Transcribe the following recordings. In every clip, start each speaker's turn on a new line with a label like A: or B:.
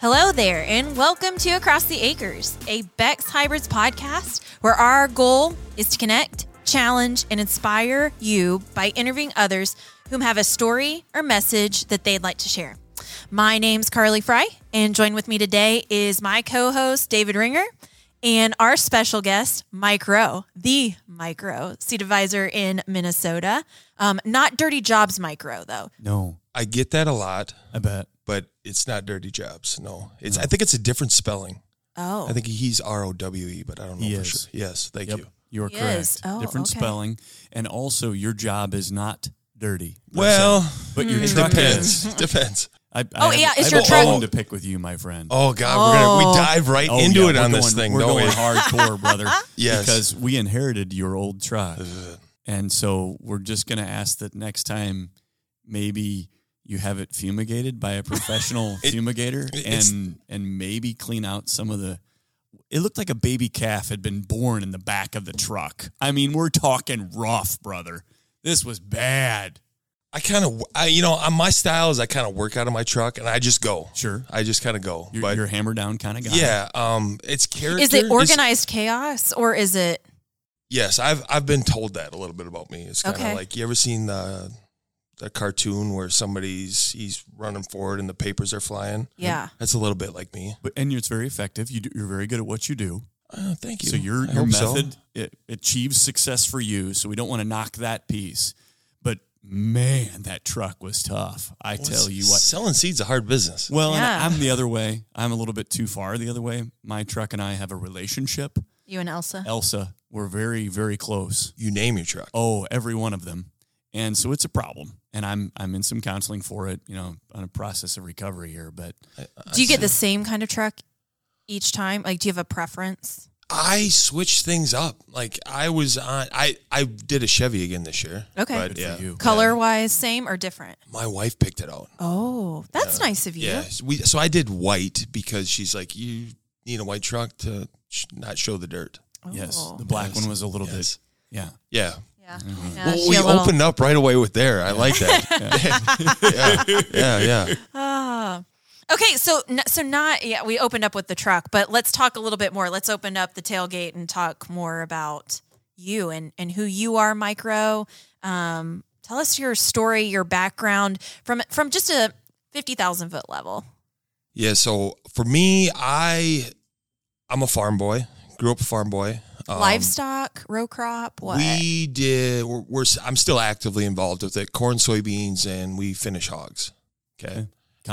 A: Hello there, and welcome to Across the Acres, a Bex Hybrids podcast where our goal is to connect, challenge, and inspire you by interviewing others whom have a story or message that they'd like to share. My name's Carly Fry, and joined with me today is my co host, David Ringer, and our special guest, Mike Rowe, the Mike Rowe, seat advisor in Minnesota. Um, not Dirty Jobs Mike Rowe, though.
B: No,
C: I get that a lot,
B: I bet.
C: but it's not dirty jobs. No, it's. I think it's a different spelling.
A: Oh.
C: I think he's R O W E, but I don't know
B: He
C: for
B: is.
C: sure. Yes, thank
B: Yep.
C: you.
B: You are
A: He
B: correct.
A: is. Oh,
B: Different
A: okay.
B: spelling. And also, your job is not dirty. per
C: Well,
B: se, but your
C: it
B: truck is.
C: depends. depends.
B: I, I
A: Oh,
B: have-
A: yeah, it's
B: I have
A: your
B: a
A: truck.
B: bone to pick with you, my friend.
C: Oh God, we're gonna we
A: Oh.
C: dive right
B: Oh,
C: into
B: yeah,
C: it on
B: we're
C: this
B: going-
C: thing,
B: We're
C: don't
B: going
C: we?
B: hardcore, brother.
C: Yes.
B: Because we inherited your old truck. And so we're just going to ask that next time maybe you have it fumigated by a professional
C: It-
B: fumigator
C: it's-
B: and and maybe clean out some of the it looked like a baby calf had been born in the back of the truck. I mean, we're talking rough, brother. This was bad.
C: I kind of, I you know, uh, my style is I kind of work out of my truck and I just go.
B: Sure.
C: I just kind of go.
B: You're,
C: but
B: you're a hammer down kind of guy.
C: yeah, um, it's character.
A: Is it
C: is-
A: organized chaos or is it
C: Yes, I've I've been told that a little bit about me. It's kind of
A: Okay.
C: like you ever seen the the cartoon where somebody's he's running forward and the papers are flying.
A: yeah?
C: That's a little bit like me.
B: But, and it's very effective. You do, you're very good at what you do.
C: Oh, thank you.
B: So your
C: I
B: your
C: hope so.
B: method it achieves success for you. So we don't want to knock that piece. But man, that truck was tough. I
C: Well,
B: tell
C: s-
B: you what.
C: selling seeds a hard business.
B: Well, and
A: Yeah.
B: I'm the other way. I'm a little bit too far the other way. My truck and I have a relationship.
A: You and Elsa.
B: Elsa, we're very very close.
C: You name your truck.
B: Oh, every one of them. And so it's a problem. And I'm I'm in some counseling for it, you know, on a process of recovery here, but
A: Do you get the same kind of truck each time? Like, do you have a preference?
C: I switched things up. Like I was on. I I did a Chevy again this year.
A: Okay.
C: but
B: good
C: yeah,
B: for you.
A: Color wise, same or different?
C: my wife picked it out.
A: Oh, that's nice of you.
C: Yes, we. So I did white because she's like, you need a white truck to sh- not show the dirt.
B: Yes.
A: Oh.
B: The black one was a little
C: Yes.
B: bit. Yeah.
C: Yeah.
A: Yeah.
C: well, we opened up right away with there. I like that. yeah. yeah, yeah.
A: Ah. Okay, so n- so not yeah, we opened up with the truck, but let's talk a little bit more. Let's open up the tailgate and talk more about you and and who you are, Micro. Um, tell us your story, your background from from just a fifty thousand foot level.
C: Yeah. So for me, I I'm a farm boy. Grew up a farm boy. Um,
A: Livestock, row crop, what?
C: We did. We're, we're. I'm still actively involved with it. Corn, soybeans, and we finish hogs. Okay,
B: Okay.
C: Oh.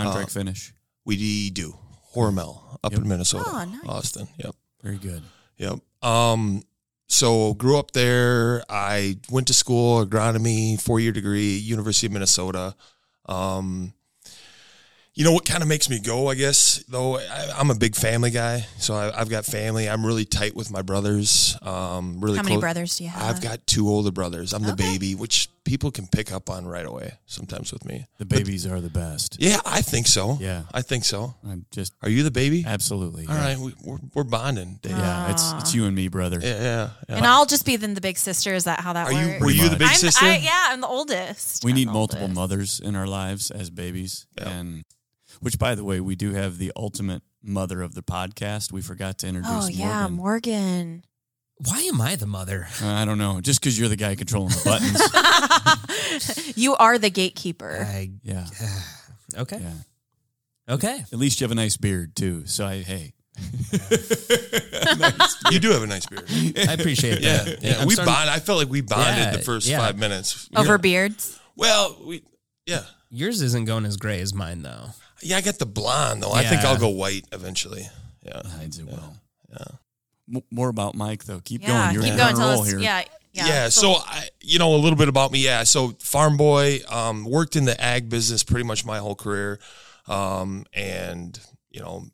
B: Contract finish.
C: we do Hormel up
B: Yep.
C: in Minnesota,
A: Oh, nice.
C: Austin. Yep,
B: Very good.
C: yep. Um, so grew up there. I went to school agronomy, four year degree, University of Minnesota. Um, you know what kind of makes me go? I guess though, I, I'm a big family guy, so I, I've got family. I'm really tight with my brothers. Um, really
A: How many
C: close.
A: brothers do you have?
C: I've got two older brothers. I'm the
A: Okay.
C: baby, which people can pick up on right away sometimes with me.
B: The babies are the best.
C: Yeah, I think so.
B: Yeah.
C: I think so.
B: I'm just
C: Are you the baby?
B: absolutely.
C: All right, we, we're, we're bonding, Dave. Yeah,
B: Yeah,
A: Ah.
B: it's it's you and me, brother.
C: yeah. yeah.
A: and I'll just be then the big sister. Is that how that
C: Are
A: works?
C: you were you the
B: much.
C: big
A: I'm,
C: sister?
A: I, yeah, I'm the oldest.
B: We
A: I'm
B: need
A: the
B: multiple
A: oldest.
B: mothers in our lives as babies,
C: Yeah.
B: and which, by the way, we do have the ultimate mother of the podcast. We forgot to introduce.
A: Oh yeah,
B: Morgan.
A: Morgan.
D: Why am I the mother?
B: Uh, I don't know, just because you're the guy controlling the buttons.
A: you are the gatekeeper.
D: I,
B: yeah,
D: okay.
B: yeah.
D: Okay.
B: At least you have a nice beard too. So I, hey,
C: you do have a nice beard.
D: I appreciate
C: Yeah,
D: that.
C: yeah.
D: I'm
C: we
D: starting-
C: bond. I felt like we bonded
D: Yeah,
C: the first
D: yeah.
C: five minutes.
A: Over beards.
C: Well, we yeah,
D: Yours isn't going as gray as mine, though.
C: yeah. I got the blonde though. I think
D: Yeah.
C: I'll go white eventually. Yeah.
B: hides it well. Yeah. M- more about Mike though. Keep
A: Yeah,
B: going. You're
A: keep
B: on
A: going.
B: a
A: Tell
B: roll
A: us.
B: here.
A: Yeah, yeah.
C: Yeah. so, I, you know, a little bit about me. Yeah. So, farm boy, um, worked in the ag business pretty much my whole career. Um, and, you know,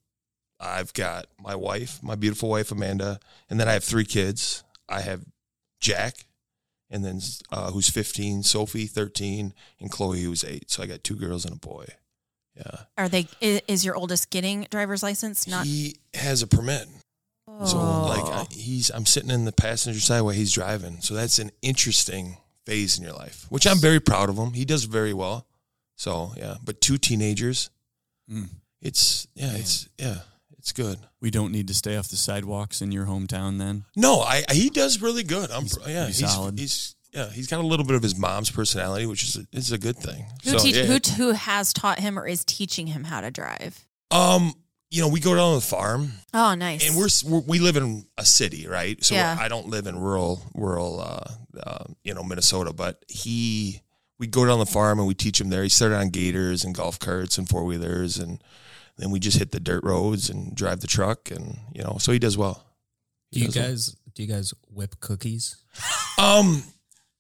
C: I've got my wife, my beautiful wife, Amanda. And then I have three kids. I have Jack, and then uh, who's 15, Sophie, 13, and Chloe, who's eight. So, I got two girls and a boy. Yeah.
A: are they? Is, is your oldest getting driver's license? Not.
C: he has a permit. So
A: Oh.
C: like I, he's, I'm sitting in the passenger side while he's driving. So that's an interesting phase in your life, which I'm very proud of him. He does very well. So yeah, but two teenagers,
B: Mm.
C: It's yeah, it's yeah, it's good.
B: We don't need to stay off the sidewalks in your hometown then.
C: No, I, I he does really good. I'm pr- yeah,
B: he's
C: he's,
B: solid.
C: he's yeah, he's got a little bit of his mom's personality, which is a, is a good thing.
A: Who,
C: So,
A: teach,
C: yeah.
A: who, who has taught him or is teaching him how to drive?
C: um, you know, we go down to the farm.
A: Oh, nice.
C: And we're, s- we're we live in a city, right? So
A: Yeah.
C: I don't live in rural rural uh, uh, you know Minnesota, but he we go down the farm and we teach him there. He started on gators and golf carts and four wheelers, and then we just hit the dirt roads and drive the truck, and you know, so he does well.
D: Do you
C: Does well.
D: guys do you guys whip cookies?
C: Um,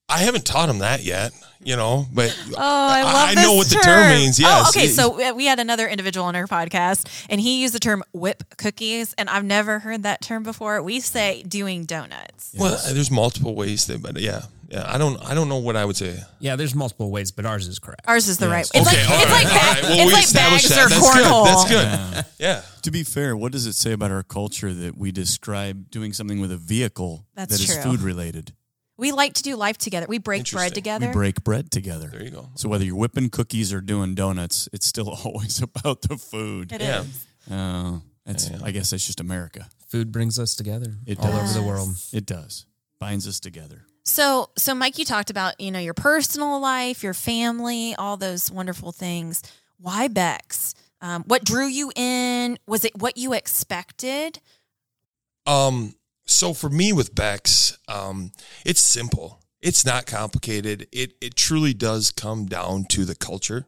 C: I haven't taught him that yet, you know, but
A: Oh, I love
C: I
A: this
C: know what the term means, yes.
A: Oh, okay,
C: Yeah.
A: so we- we had another individual on our podcast, and he used the term "whip cookies," and I've never heard that term before. We say doing donuts.
C: well, there's multiple ways that, but yeah, yeah, I don't, I don't know what I would say.
D: Yeah, there's multiple ways, but ours is correct.
A: Ours is the right. It's
C: Okay,
A: like
C: all
A: it's
C: right,
A: like
C: all
A: ba-
C: right. Well, we
A: it's like bags
C: established that.
A: or
C: That's good.
A: cornhole.
C: That's good.
B: Yeah.
C: Yeah.
B: to be fair, what does it say about our culture that we describe doing something with a vehicle
A: That's
B: that is
A: true.
B: food related?
A: We like to do life together. We break bread
C: Interesting.
A: together.
B: We break bread together.
C: There you go.
B: So whether you're whipping cookies or doing donuts, it's still always about the food.
A: It
C: Yeah.
A: is.
B: Oh, that's I guess that's just America.
D: Food brings us together
B: It
D: all
B: does.
D: over the world.
B: It does. Binds us together.
A: So, so Mike, you talked about you know your personal life, your family, all those wonderful things. Why Bex? Um, what drew you in? Was it what you expected?
C: Um, so for me with Bex, um, it's simple. It's not complicated. It it truly does come down to the culture.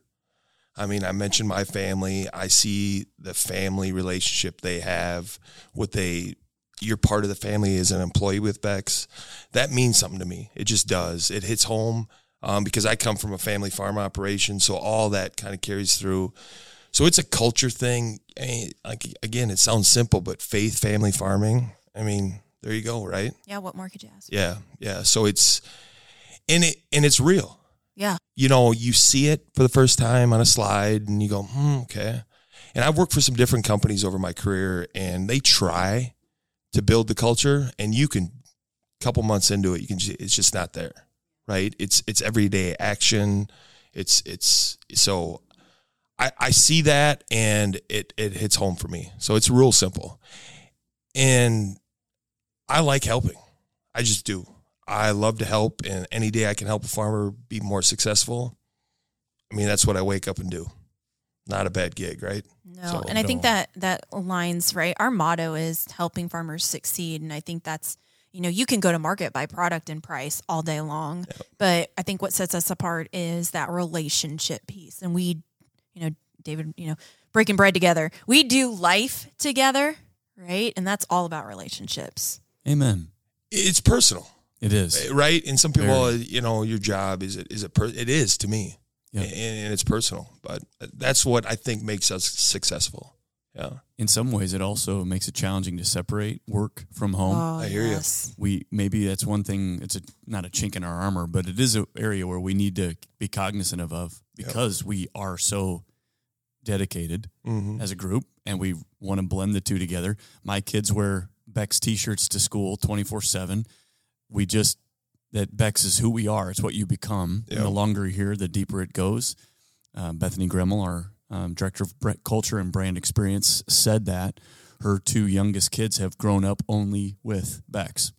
C: I mean, I mentioned my family. I see the family relationship they have. What they you're part of the family as an employee with Bex. That means something to me. It just does. It hits home um, because I come from a family farm operation, so all that kind of carries through. So it's a culture thing. I mean, like again, it sounds simple, but faith, family, farming. I mean, there you go, right?
A: Yeah. What more could you ask?
C: Yeah, yeah. So it's and it and it's real.
A: Yeah.
C: You know, you see it for the first time on a slide, and you go, hmm, okay. And I've worked for some different companies over my career, and they try to build the culture, and you can couple months into it, you can ju- it's just not there, right? It's it's everyday action. It's it's so I, I see that and it it hits home for me. So it's real simple. And I like helping. I just do. I love to help and any day I can help a farmer be more successful. I mean, that's what I wake up and do. Not a bad gig, right?
A: No,
C: So-
A: and I think
C: No.
A: that that aligns right. Our motto is helping farmers succeed, and I think that's you know you can go to market by product and price all day long, but I think what sets us apart is that relationship piece, and we, you know, David, you know, breaking bread together. We do life together, right? And that's all about relationships.
B: Amen.
C: It's personal.
B: It is.
C: right? And some people,
B: Very.
C: you know, your job is it is a per- it is to me,
B: Yeah.
C: and, and it's personal. But that's what I think makes us successful. Yeah,
B: In some ways, it also makes it challenging to separate work from home.
A: Oh,
C: I hear you.
B: we maybe that's one thing it's a, not a chink in our armor but it is an area where we need to be cognizant of, of
C: Yep.
B: because we are so dedicated
C: hmm
B: as a group and we want to blend the two together my kids wear beck's t-shirts to school 24-7 we just that beck's is who we are it's what you become and
C: Yeah.
B: the longer you're here the deeper it goes uh, bethany gremmel our um, director of Bre- culture and brand experience said that her two youngest kids have grown up only with beck's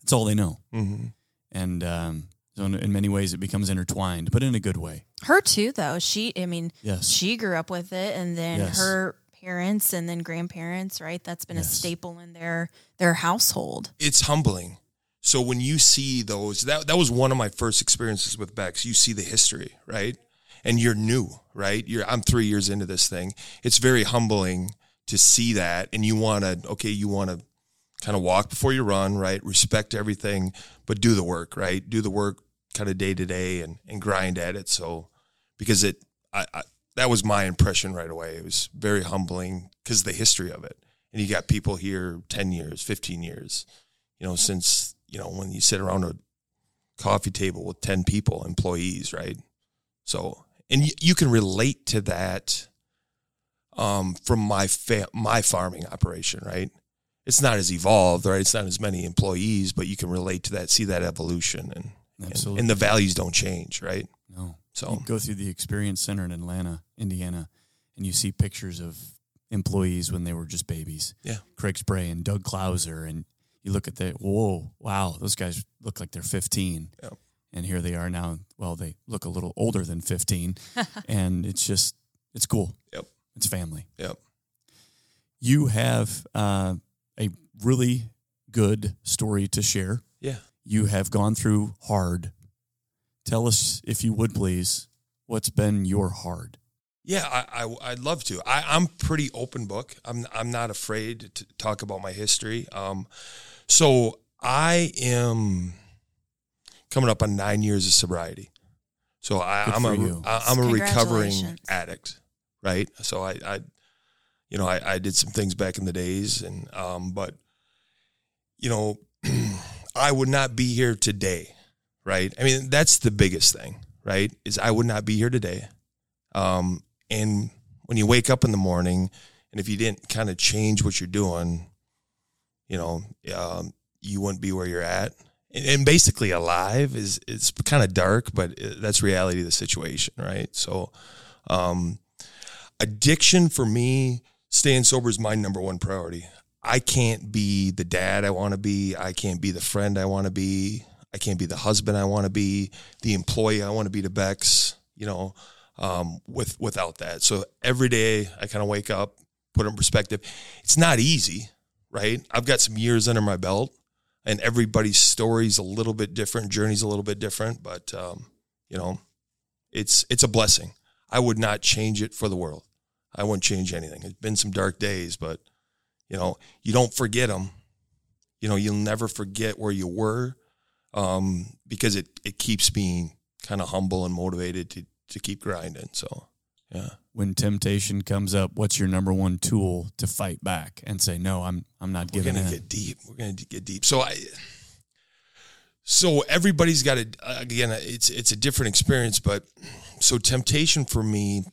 B: that's all they know
C: hmm
B: and um, so in, in many ways it becomes intertwined but in a good way
A: Her too, though. She, I mean,
B: yes
A: she grew up with it and then
B: Yes.
A: her parents and then grandparents right that's been a
B: Yes.
A: staple in their their household
C: It's humbling. So when you see those, that that was one of my first experiences with Bex. You see the history, right? And you're new, right? You're I'm three years into this thing. It's very humbling to see that, and you want to okay, you want to kind of walk before you run, right? Respect everything, but do the work, right? Do the work kind of day to day and and grind at it. So because it, I, I that was my impression right away. It was very humbling because the history of it, and you got people here ten years, fifteen years, you know, since you know when you sit around a coffee table with ten people, employees, right? So and you, you can relate to that um, from my fa- my farming operation, right? It's not as evolved, right? It's not as many employees, but you can relate to that, see that evolution, and and,
B: absolutely
C: and the values don't change, right?
B: no
C: So
B: You go through the experience center in Atlanta, Indiana, and you see pictures of employees when they were just babies.
C: Yeah.
B: Craig Spray and Doug Clouser, and you look at the whoa, wow, those guys look like they're 15.
C: Yep.
B: And here they are now. Well, they look a little older than 15, and it's just it's cool.
C: Yep.
B: It's family.
C: Yep.
B: You have uh, a really good story to share.
C: Yeah.
B: You have gone through hard. Tell us, if you would please, what's been your hard?
C: Yeah, I, I would love to. I, I'm pretty open book. I'm I'm not afraid to talk about my history. Um, so I am coming up on nine years of sobriety. So I,
B: Good
C: I'm
B: for
C: a
B: you.
C: I, I'm a recovering
A: Congratulations.
C: addict, right? So I, I you know, I, I did some things back in the days, and um, but you know, I would not be here today, right? I mean, that's the biggest thing, right? Is I would not be here today. Um, and when you wake up in the morning, and if you didn't kind of change what you're doing, you know, um, you wouldn't be where you're at. And, and basically, alive is it's kind of dark, but it, that's reality of the situation, right? So, um, addiction for me, staying sober is my number one priority. I can't be the dad I want to be. I can't be the friend I want to be. I can't be the husband I want to be. The employee I want to be to Bex. You know, um, with without that. So every day I kind of wake up, put it in perspective. It's not easy, right? I've got some years under my belt, and everybody's story's a little bit different, journey's a little bit different, but um, you know, it's it's a blessing. I would not change it for the world. I wouldn't change anything. It's been some dark days, but you know, you don't forget them. You know, you'll never forget where you were um, because it, it keeps me kind of humble and motivated to, to keep grinding. So, yeah.
B: When temptation comes up, what's your number one tool to fight back and say, "No, I'm I'm not
C: We're
B: giving
C: gonna
B: in."
C: get deep. We're gonna d- get deep. So I, so everybody's got a again. It's it's a different experience, but so temptation for me,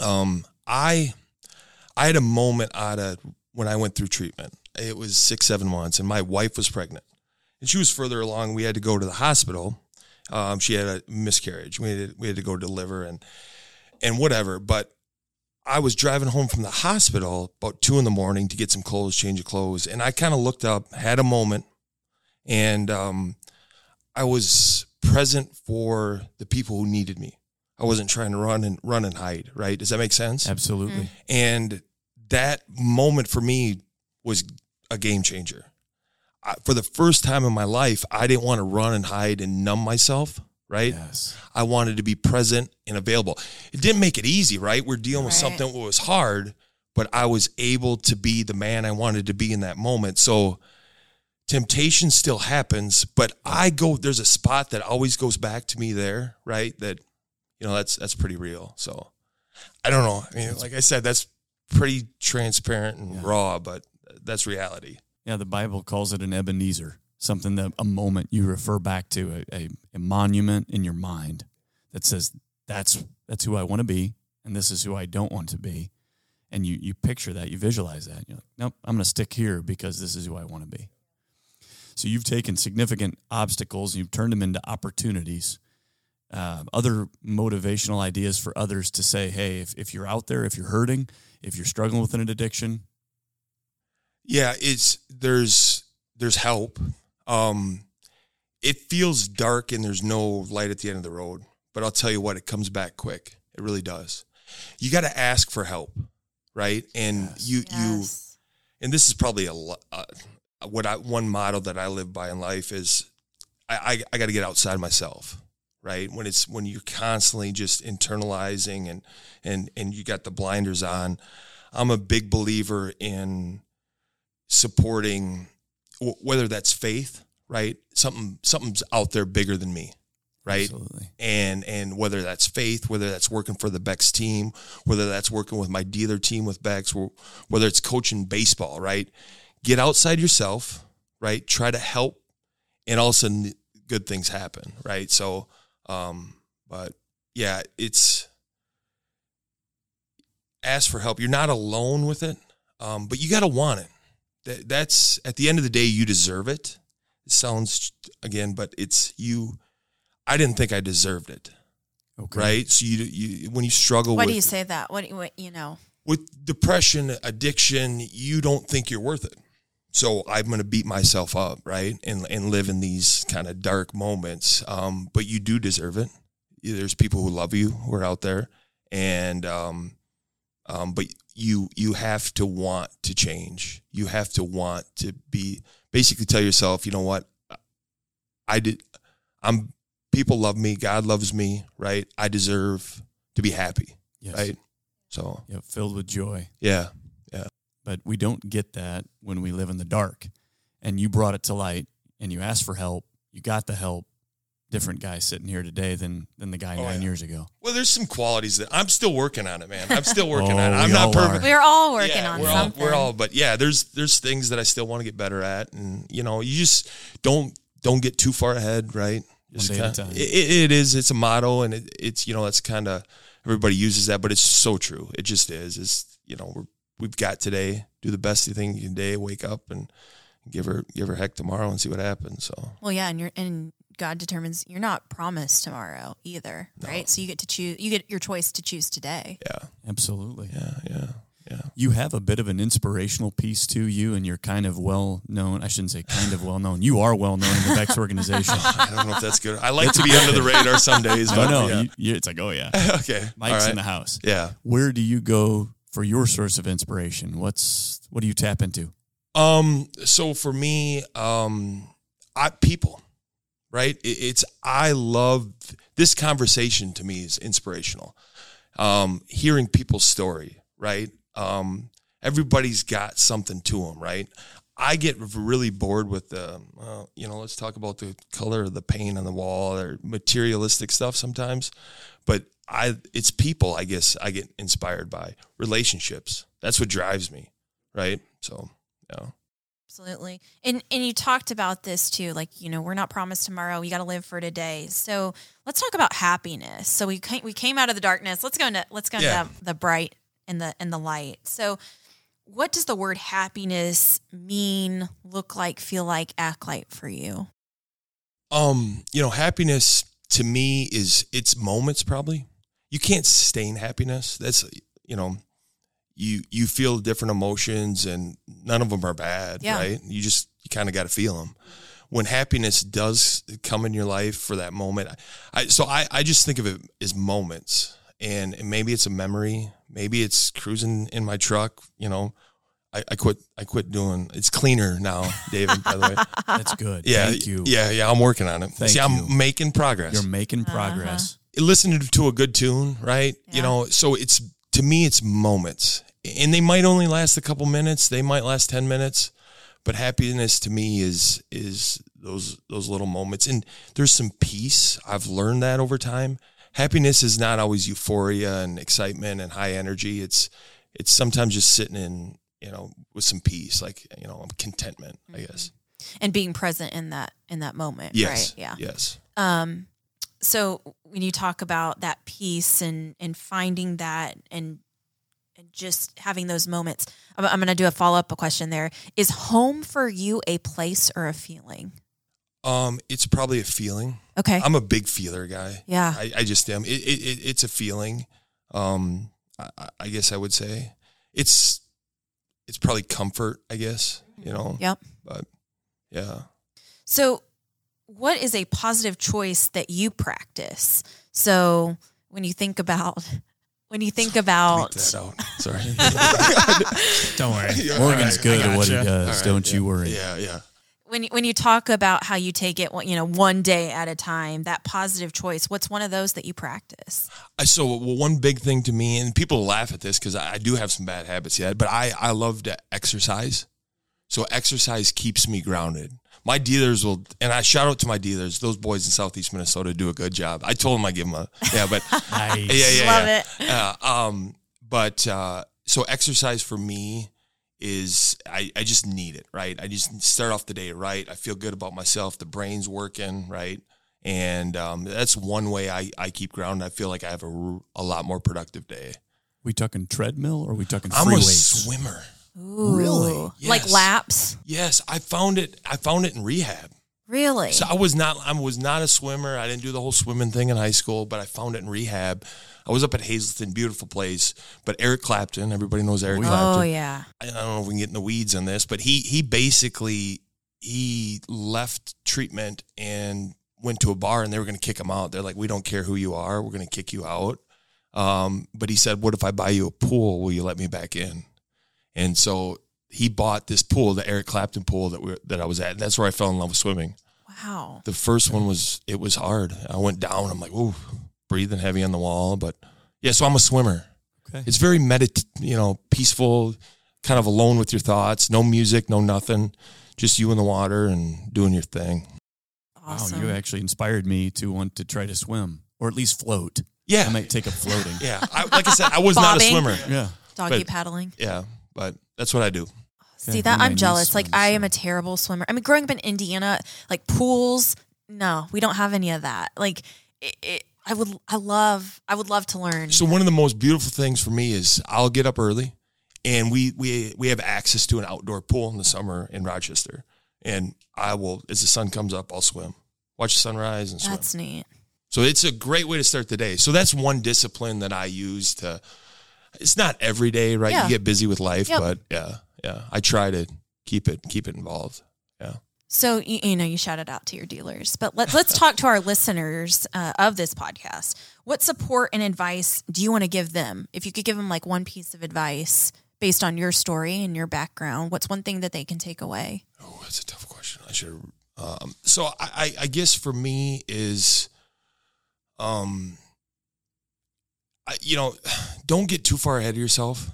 C: um, I, I had a moment out of when I went through treatment. It was six seven months, and my wife was pregnant, and she was further along. We had to go to the hospital. Um, she had a miscarriage. We had we had to go deliver and and whatever, but. I was driving home from the hospital about two in the morning to get some clothes, change of clothes, and I kind of looked up, had a moment, and um, I was present for the people who needed me. I wasn't trying to run and run and hide. Right? Does that make sense? Mm.
B: Absolutely.
C: And that moment for me was a game changer. I, for the first time in my life, I didn't want to run and hide and numb myself. Right?
B: Yes.
C: I wanted to be present and available. It didn't make it easy, right? We're dealing with
A: Right.
C: something that was hard, but I was able to be the man I wanted to be in that moment. So temptation still happens, but I go there's a spot that always goes back to me there, right? That you know, that's that's pretty real. So I don't know. I mean, like I said, that's pretty transparent and
B: Yeah.
C: raw, but that's reality.
B: Yeah, the Bible calls it an Ebenezer, something that a moment you refer back to, a, a, a monument in your mind that says, that's, that's who I want to be, and this is who I don't want to be. And you, you picture that, you visualize that. And you're like, nope, I'm going to stick here because this is who I want to be. So you've taken significant obstacles, you've turned them into opportunities. Uh, other motivational ideas for others to say, hey, if, if you're out there, if you're hurting, if you're struggling with an addiction,
C: yeah it's there's there's help um it feels dark and there's no light at the end of the road but i'll tell you what it comes back quick it really does you got to ask for help right and
B: Yes.
C: you you and this is probably a lo- uh, what I one model that I live by in life is I I, I got to get outside myself, right? When it's when you're constantly just internalizing and and and you got the blinders on. I'm a big believer in supporting w- whether that's faith, right? Something something's out there bigger than me, right?
B: absolutely.
C: and and whether that's faith, whether that's working for the Bex team, whether that's working with my dealer team with Bex, or whether it's coaching baseball, right? Get outside yourself, right? Try to help, and all of a sudden, good things happen, right? So, um, but yeah, it's ask for help. You're not alone with it, um, but you got to want it. That, that's at the end of the day, you deserve it. It sounds again, but it's you. I didn't think I deserved it.
B: Okay.
C: right? So you, you when you struggle
A: Why
C: with
A: do you say that? What, do you- what you know?
C: with depression, addiction, you don't think you're worth it. So I'm going to beat myself up, right? And and live in these kind of dark moments. Um, but you do deserve it. There's people who love you who are out there, and um, um, but you you have to want to change. You have to want to be basically tell yourself, you know what, I did. I'm people love me. God loves me, right? I deserve to be happy,
B: Yes.
C: right? So
B: Yeah, filled with joy.
C: yeah.
B: But we don't get that when we live in the dark. And you brought it to light and you asked for help. You got the help. Different guy sitting here today than than the guy
C: Oh,
B: nine
C: yeah.
B: years ago.
C: Well, there's some qualities that I'm still working on it, man. I'm still working on it.
B: Oh,
C: I'm
B: we
C: not
B: all are.
C: perfect.
A: We're all working
C: Yeah,
A: on
C: we're
A: something.
C: All, we're all, but yeah, there's there's things that I still want to get better at, and you know, you just don't don't get too far ahead, right? Just
B: day at a
C: kinda-
B: time.
C: It, it- it is. It's a motto, and it, it's you know, that's kind of everybody uses that, but it's so true. It just is. It's you know, we're, we've got today. Do the best thing you can today. Wake up and give her give her heck tomorrow and see what happens. So
A: Well, yeah, and you're and God determines you're not promised tomorrow either, right? So you get to choose. You get your choice to choose today.
C: yeah,
B: Absolutely.
C: yeah, yeah, yeah.
B: You have a bit of an inspirational piece to you, and you're kind of well known. I shouldn't say kind of well known. You are well known in the Bex organization.
C: I don't know if that's good. I like to be under the radar some days.
B: no,
C: but
B: no,
C: yeah.
B: you, you, it's like, oh yeah,
C: okay.
B: Mike's
C: All right.
B: in the house.
C: Yeah.
B: Where do you go for your source of inspiration? What's what do you tap into?
C: Um. So for me, um, I people, right? It, it's I love this conversation. To me, is inspirational. Um, hearing people's story, right? Um, everybody's got something to them, right? I get really bored with the, uh, you know, let's talk about the color of the paint on the wall or materialistic stuff sometimes, but I, it's people. I guess I get inspired by relationships. That's what drives me, right? So. Yeah.
A: Absolutely. And and you talked about this too, like you know we're not promised tomorrow. You got to live for today. So let's talk about happiness. So we came, we came out of the darkness. Let's go into let's go
C: Yeah.
A: into the bright and the and the light. So what does the word happiness mean, look like, feel like, act like for you?
C: Um, you know, happiness to me is it's moments probably. You can't sustain happiness. That's you know, you you feel different emotions and none of them are bad,
A: Yeah.
C: right? You just you kind of got to feel them. When happiness does come in your life for that moment, I so I I just think of it as moments. And and maybe it's a memory, maybe it's cruising in my truck, you know. I, I quit I quit doing it's cleaner now, David, by the way.
B: That's good.
C: Yeah,
B: Thank you.
C: Yeah, yeah, I'm working on it.
B: Thank
C: See, I'm
B: you.
C: making progress.
B: You're making progress.
C: Listening to a good tune, right?
A: Yeah.
C: You know, so it's to me, it's moments, and they might only last a couple minutes. They might last ten minutes, but happiness to me is is those those little moments, and there's some peace. I've learned that over time. Happiness is not always euphoria and excitement and high energy. It's it's sometimes just sitting in you know with some peace, like you know, contentment. I
A: Mm-hmm.
C: guess.
A: And being present in that in that moment,
C: Yes.
A: right? Yeah.
C: Yes.
A: um so when you talk about that piece and and finding that and and just having those moments i'm, I'm going to do a follow-up question there is home for you a place or a feeling
C: Um, it's probably a feeling.
A: okay
C: I'm a big feeler guy.
A: yeah
C: Um, I, I just am. It, it, it, it's a feeling. Um, I, I- I guess I would say it's it's probably comfort. I guess you know.
A: Yep.
C: But yeah,
A: so what is a positive choice that you practice so when you think about when you think
C: bleep
A: about
C: that out. Sorry.
D: Don't worry.
C: Yeah,
B: Morgan's
C: all right.
B: good at what he
D: Gotcha.
B: does.
C: All right,
B: don't
C: yeah.
B: you worry.
C: Yeah, yeah.
A: when you- when you talk about how you take it one- you know one day at a time that positive choice what's one of those that you practice
C: I, so well, one big thing to me, and people laugh at this because I, I do have some bad habits yet, but I I love to exercise. So exercise keeps me grounded. My dealers will, and I shout out to my dealers. Those boys in Southeast Minnesota do a good job. I told them I give them a yeah, but
B: Nice.
C: yeah, yeah,
A: love
C: yeah.
A: it
C: Uh, um, but uh, so exercise for me is I, I just need it, right? I just start off the day right. I feel good about myself. The brain's working, right? And um, that's one way I, I keep grounded. I feel like I have a, r- a lot more productive day.
B: We talking treadmill or we talking
C: I'm
B: free
C: a
B: weights?
C: swimmer.
A: Ooh.
B: Really?
A: Like
C: Yes.
A: laps?
C: Yes, I found it. I found it in rehab.
A: Really?
C: So I was not I was not a swimmer. I didn't do the whole swimming thing in high school, but I found it in rehab. I was up at Hazleton, beautiful place. But Eric Clapton, everybody knows Eric Clapton.
A: oh yeah.
C: I don't know if we can get in the weeds on this, but he he basically he left treatment and went to a bar and they were going to kick him out. They're like, "We don't care who you are. We're going to kick you out." Um, but he said, "What if I buy you a pool? Will you let me back in?" And so he bought this pool, the Eric Clapton pool that we that I was at. And that's where I fell in love with swimming.
A: Wow.
C: The first one was it was hard. I went down. I'm like, "Ooh, breathing heavy on the wall." But yeah, so I'm a swimmer.
B: Okay.
C: It's very medit, you know, peaceful, kind of alone with your thoughts. No music, no nothing, just you in the water and doing your thing.
A: Awesome.
B: Wow, you actually inspired me to want to try to swim or at least float.
C: Yeah,
B: I might take up floating.
C: yeah. I, like I said, I was not a
A: Bobbing.
C: swimmer.
B: yeah.
A: Doggy
C: but-
A: paddling.
C: Yeah, but that's what I do.
A: See
B: Yeah,
A: that?
B: my
A: I'm
B: niece
A: jealous. Like
B: swims,
A: I
B: so-
A: am a terrible swimmer. I mean, growing up in Indiana, like pools, no, we don't have any of that. Like it, it, I would, I love, I would love to learn.
C: So one of the most beautiful things for me is I'll get up early, and we we we have access to an outdoor pool in the summer in Rochester, and I will as the sun comes up, I'll swim, watch the sunrise, and swim.
A: That's neat.
C: So it's a great way to start the day. So that's one discipline that I use to. It's not every day, right?
A: Yeah.
C: You get busy with life,
A: Yep.
C: but yeah, yeah. I try to keep it keep it involved.
A: So you, you know, you shouted out to your dealers, but let's let's talk to our listeners uh, of this podcast. What support and advice do you want to give them? If you could give them like one piece of advice based on your story and your background, what's one thing that they can take away?
C: Oh, that's a tough question. I should. Um, so I, I, I guess for me is, um, I, you know, don't get too far ahead of yourself,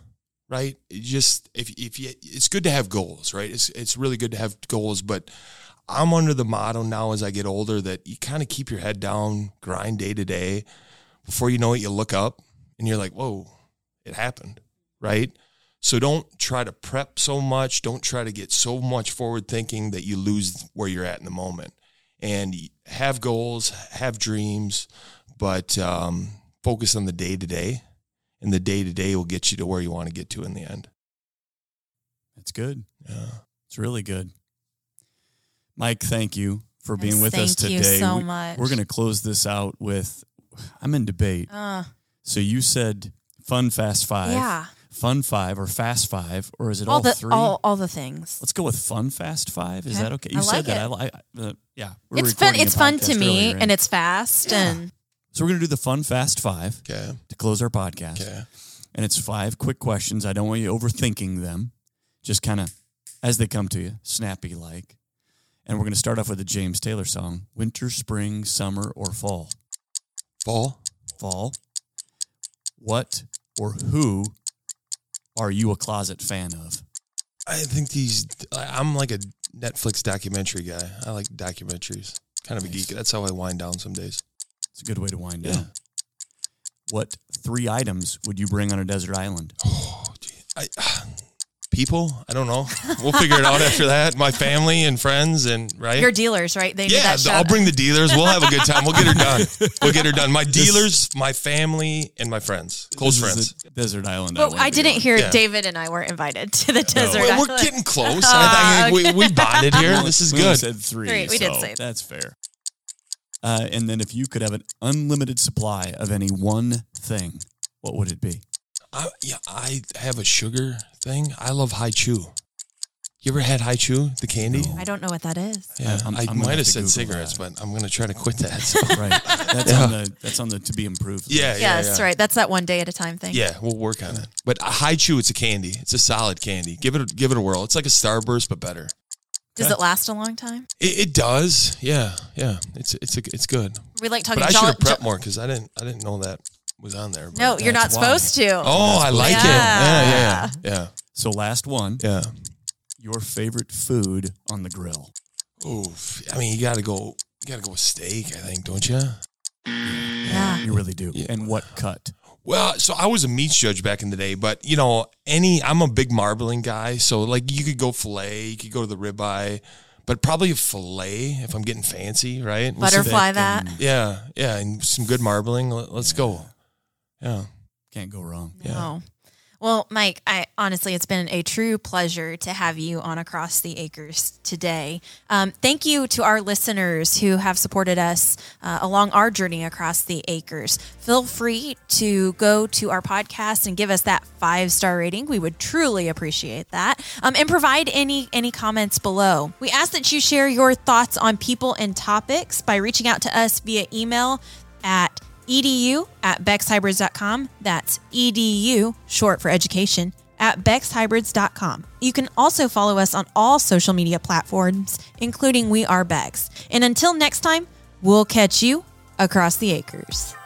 C: right? You Just if if you, it's good to have goals, right? It's it's really good to have goals, but I'm under the motto now as I get older that you kind of keep your head down, grind day to day. Before you know it, you look up and you're like, whoa, it happened, right? So don't try to prep so much. Don't try to get so much forward thinking that you lose where you're at in the moment. And have goals, have dreams, but um, focus on the day to day. And the day to day will get you to where you want to get to in the end.
B: That's good.
C: Yeah.
B: It's really good. Mike, thank you for being
A: Yes,
B: with us
A: thank
B: today.
A: you so
B: We-
A: much.
B: We're going to close this out with I'm in debate.
A: Uh,
B: So you said fun fast 5.
A: yeah,
B: Fun 5 or fast 5 or is it all,
A: all, the
B: three?
A: all all the things.
B: Let's go with fun fast 5. Is
A: Okay.
B: that okay?
A: I
B: You said
A: like
B: that.
A: it.
B: I like uh, yeah. we were
A: it's fun.
B: recording a
A: It's fun to
B: podcast
A: me,
B: earlier,
A: and it's fast. And
B: So we're going to do the fun fast 5
C: Okay.
B: to close our podcast.
C: Okay.
B: and it's five quick questions. I don't want you overthinking them. Just kind of as they come to you, snappy like. And we're going to start off with a James Taylor song Winter, Spring, Summer, or Fall.
C: Fall.
B: Fall. What or who are you a closet fan of?
C: I think these, I- I'm like a Netflix documentary guy. I like documentaries. Kind of a geek. That's how I wind down some days.
B: It's a good way to wind
C: Yeah.
B: down. What three items would you bring on a desert island?
C: Oh, gee. I, people, I don't know. We'll figure it out after that. My family and friends, and right.
A: your dealers, right? They need
C: yeah,
A: that
C: th-
A: shout
C: I'll bring the dealers. We'll have a good time. We'll get her done. We'll get her done. My dealers, my family, and my friends, close
B: This
C: friends.
B: is a desert island.
A: Well,
B: wouldn't
A: I
B: be
A: didn't
B: on.
A: hear
C: Yeah.
A: David and I were invited to the desert.
C: Well, we're
A: island.
C: getting close.
A: Ah,
C: I think we, we bonded
B: We
C: here.
B: only-
C: This is
B: we only
C: good.
B: Said three.
A: Three, we did
B: so
A: say that.
B: that's fair. Uh, and then, if you could have an unlimited supply of any one thing, what would it be?
C: I, yeah, I have a sugar thing. I love high chew. You ever had high chew, the candy?
A: I don't know what that is.
C: Yeah,
B: I- I'm-
C: I
B: I'm gonna
C: might
B: have
C: have
B: to
C: said
B: Google
C: cigarettes,
B: that.
C: but I'm going to try to quit that. so-
B: Right. That's on the that's on the to be improved. list.
C: yeah, yeah,
A: yes,
C: yeah.
A: right. That's that one day at a time thing.
C: Yeah, we'll work on it. But a high chew, it's a candy. It's a solid candy. Give it, a, give it a whirl. It's like a Starburst, but better.
A: Does it last a long time?
C: It, it does. Yeah, yeah. It's it's a, it's good.
A: We like talking.
C: But I should
A: jol-
C: have prepped
A: jo-
C: more because I didn't I didn't know that was on there. but-
A: No, you're not
B: That's why.
A: supposed to.
C: Oh, I like
A: Yeah.
C: it. Yeah, yeah,
B: So last one,
C: yeah,
B: your favorite food on the grill.
C: yeah. Oof. I mean, you gotta go. You gotta go with steak. I think, don't you?
A: Yeah.
B: You really do.
C: Yeah.
B: And what cut?
C: Well, so I was a meats judge back in the day, but you know, any I'm a big marbling guy, so like you could go fillet, you could go to the ribeye, but probably a fillet if I'm getting fancy, right?
A: But- Butterfly
B: Steak
A: that.
B: and-
C: yeah, yeah, and some good marbling. Let- Let's go. Yeah.
B: Can't go wrong.
A: No. Well, Mike, I honestly, it's been a true pleasure to have you on Across the Acres today. Um, thank you to our listeners who have supported us uh, along our journey across the acres. Feel free to go to our podcast and give us that five star rating. We would truly appreciate that. Um, and provide any any comments below. We ask that you share your thoughts on people and topics by reaching out to us via email at edu E at bexhybrids.com. That's edu, short for education, at bexhybrids.com. You can also follow us on all social media platforms, including We Are Bex. And until next time, we'll catch you across the acres.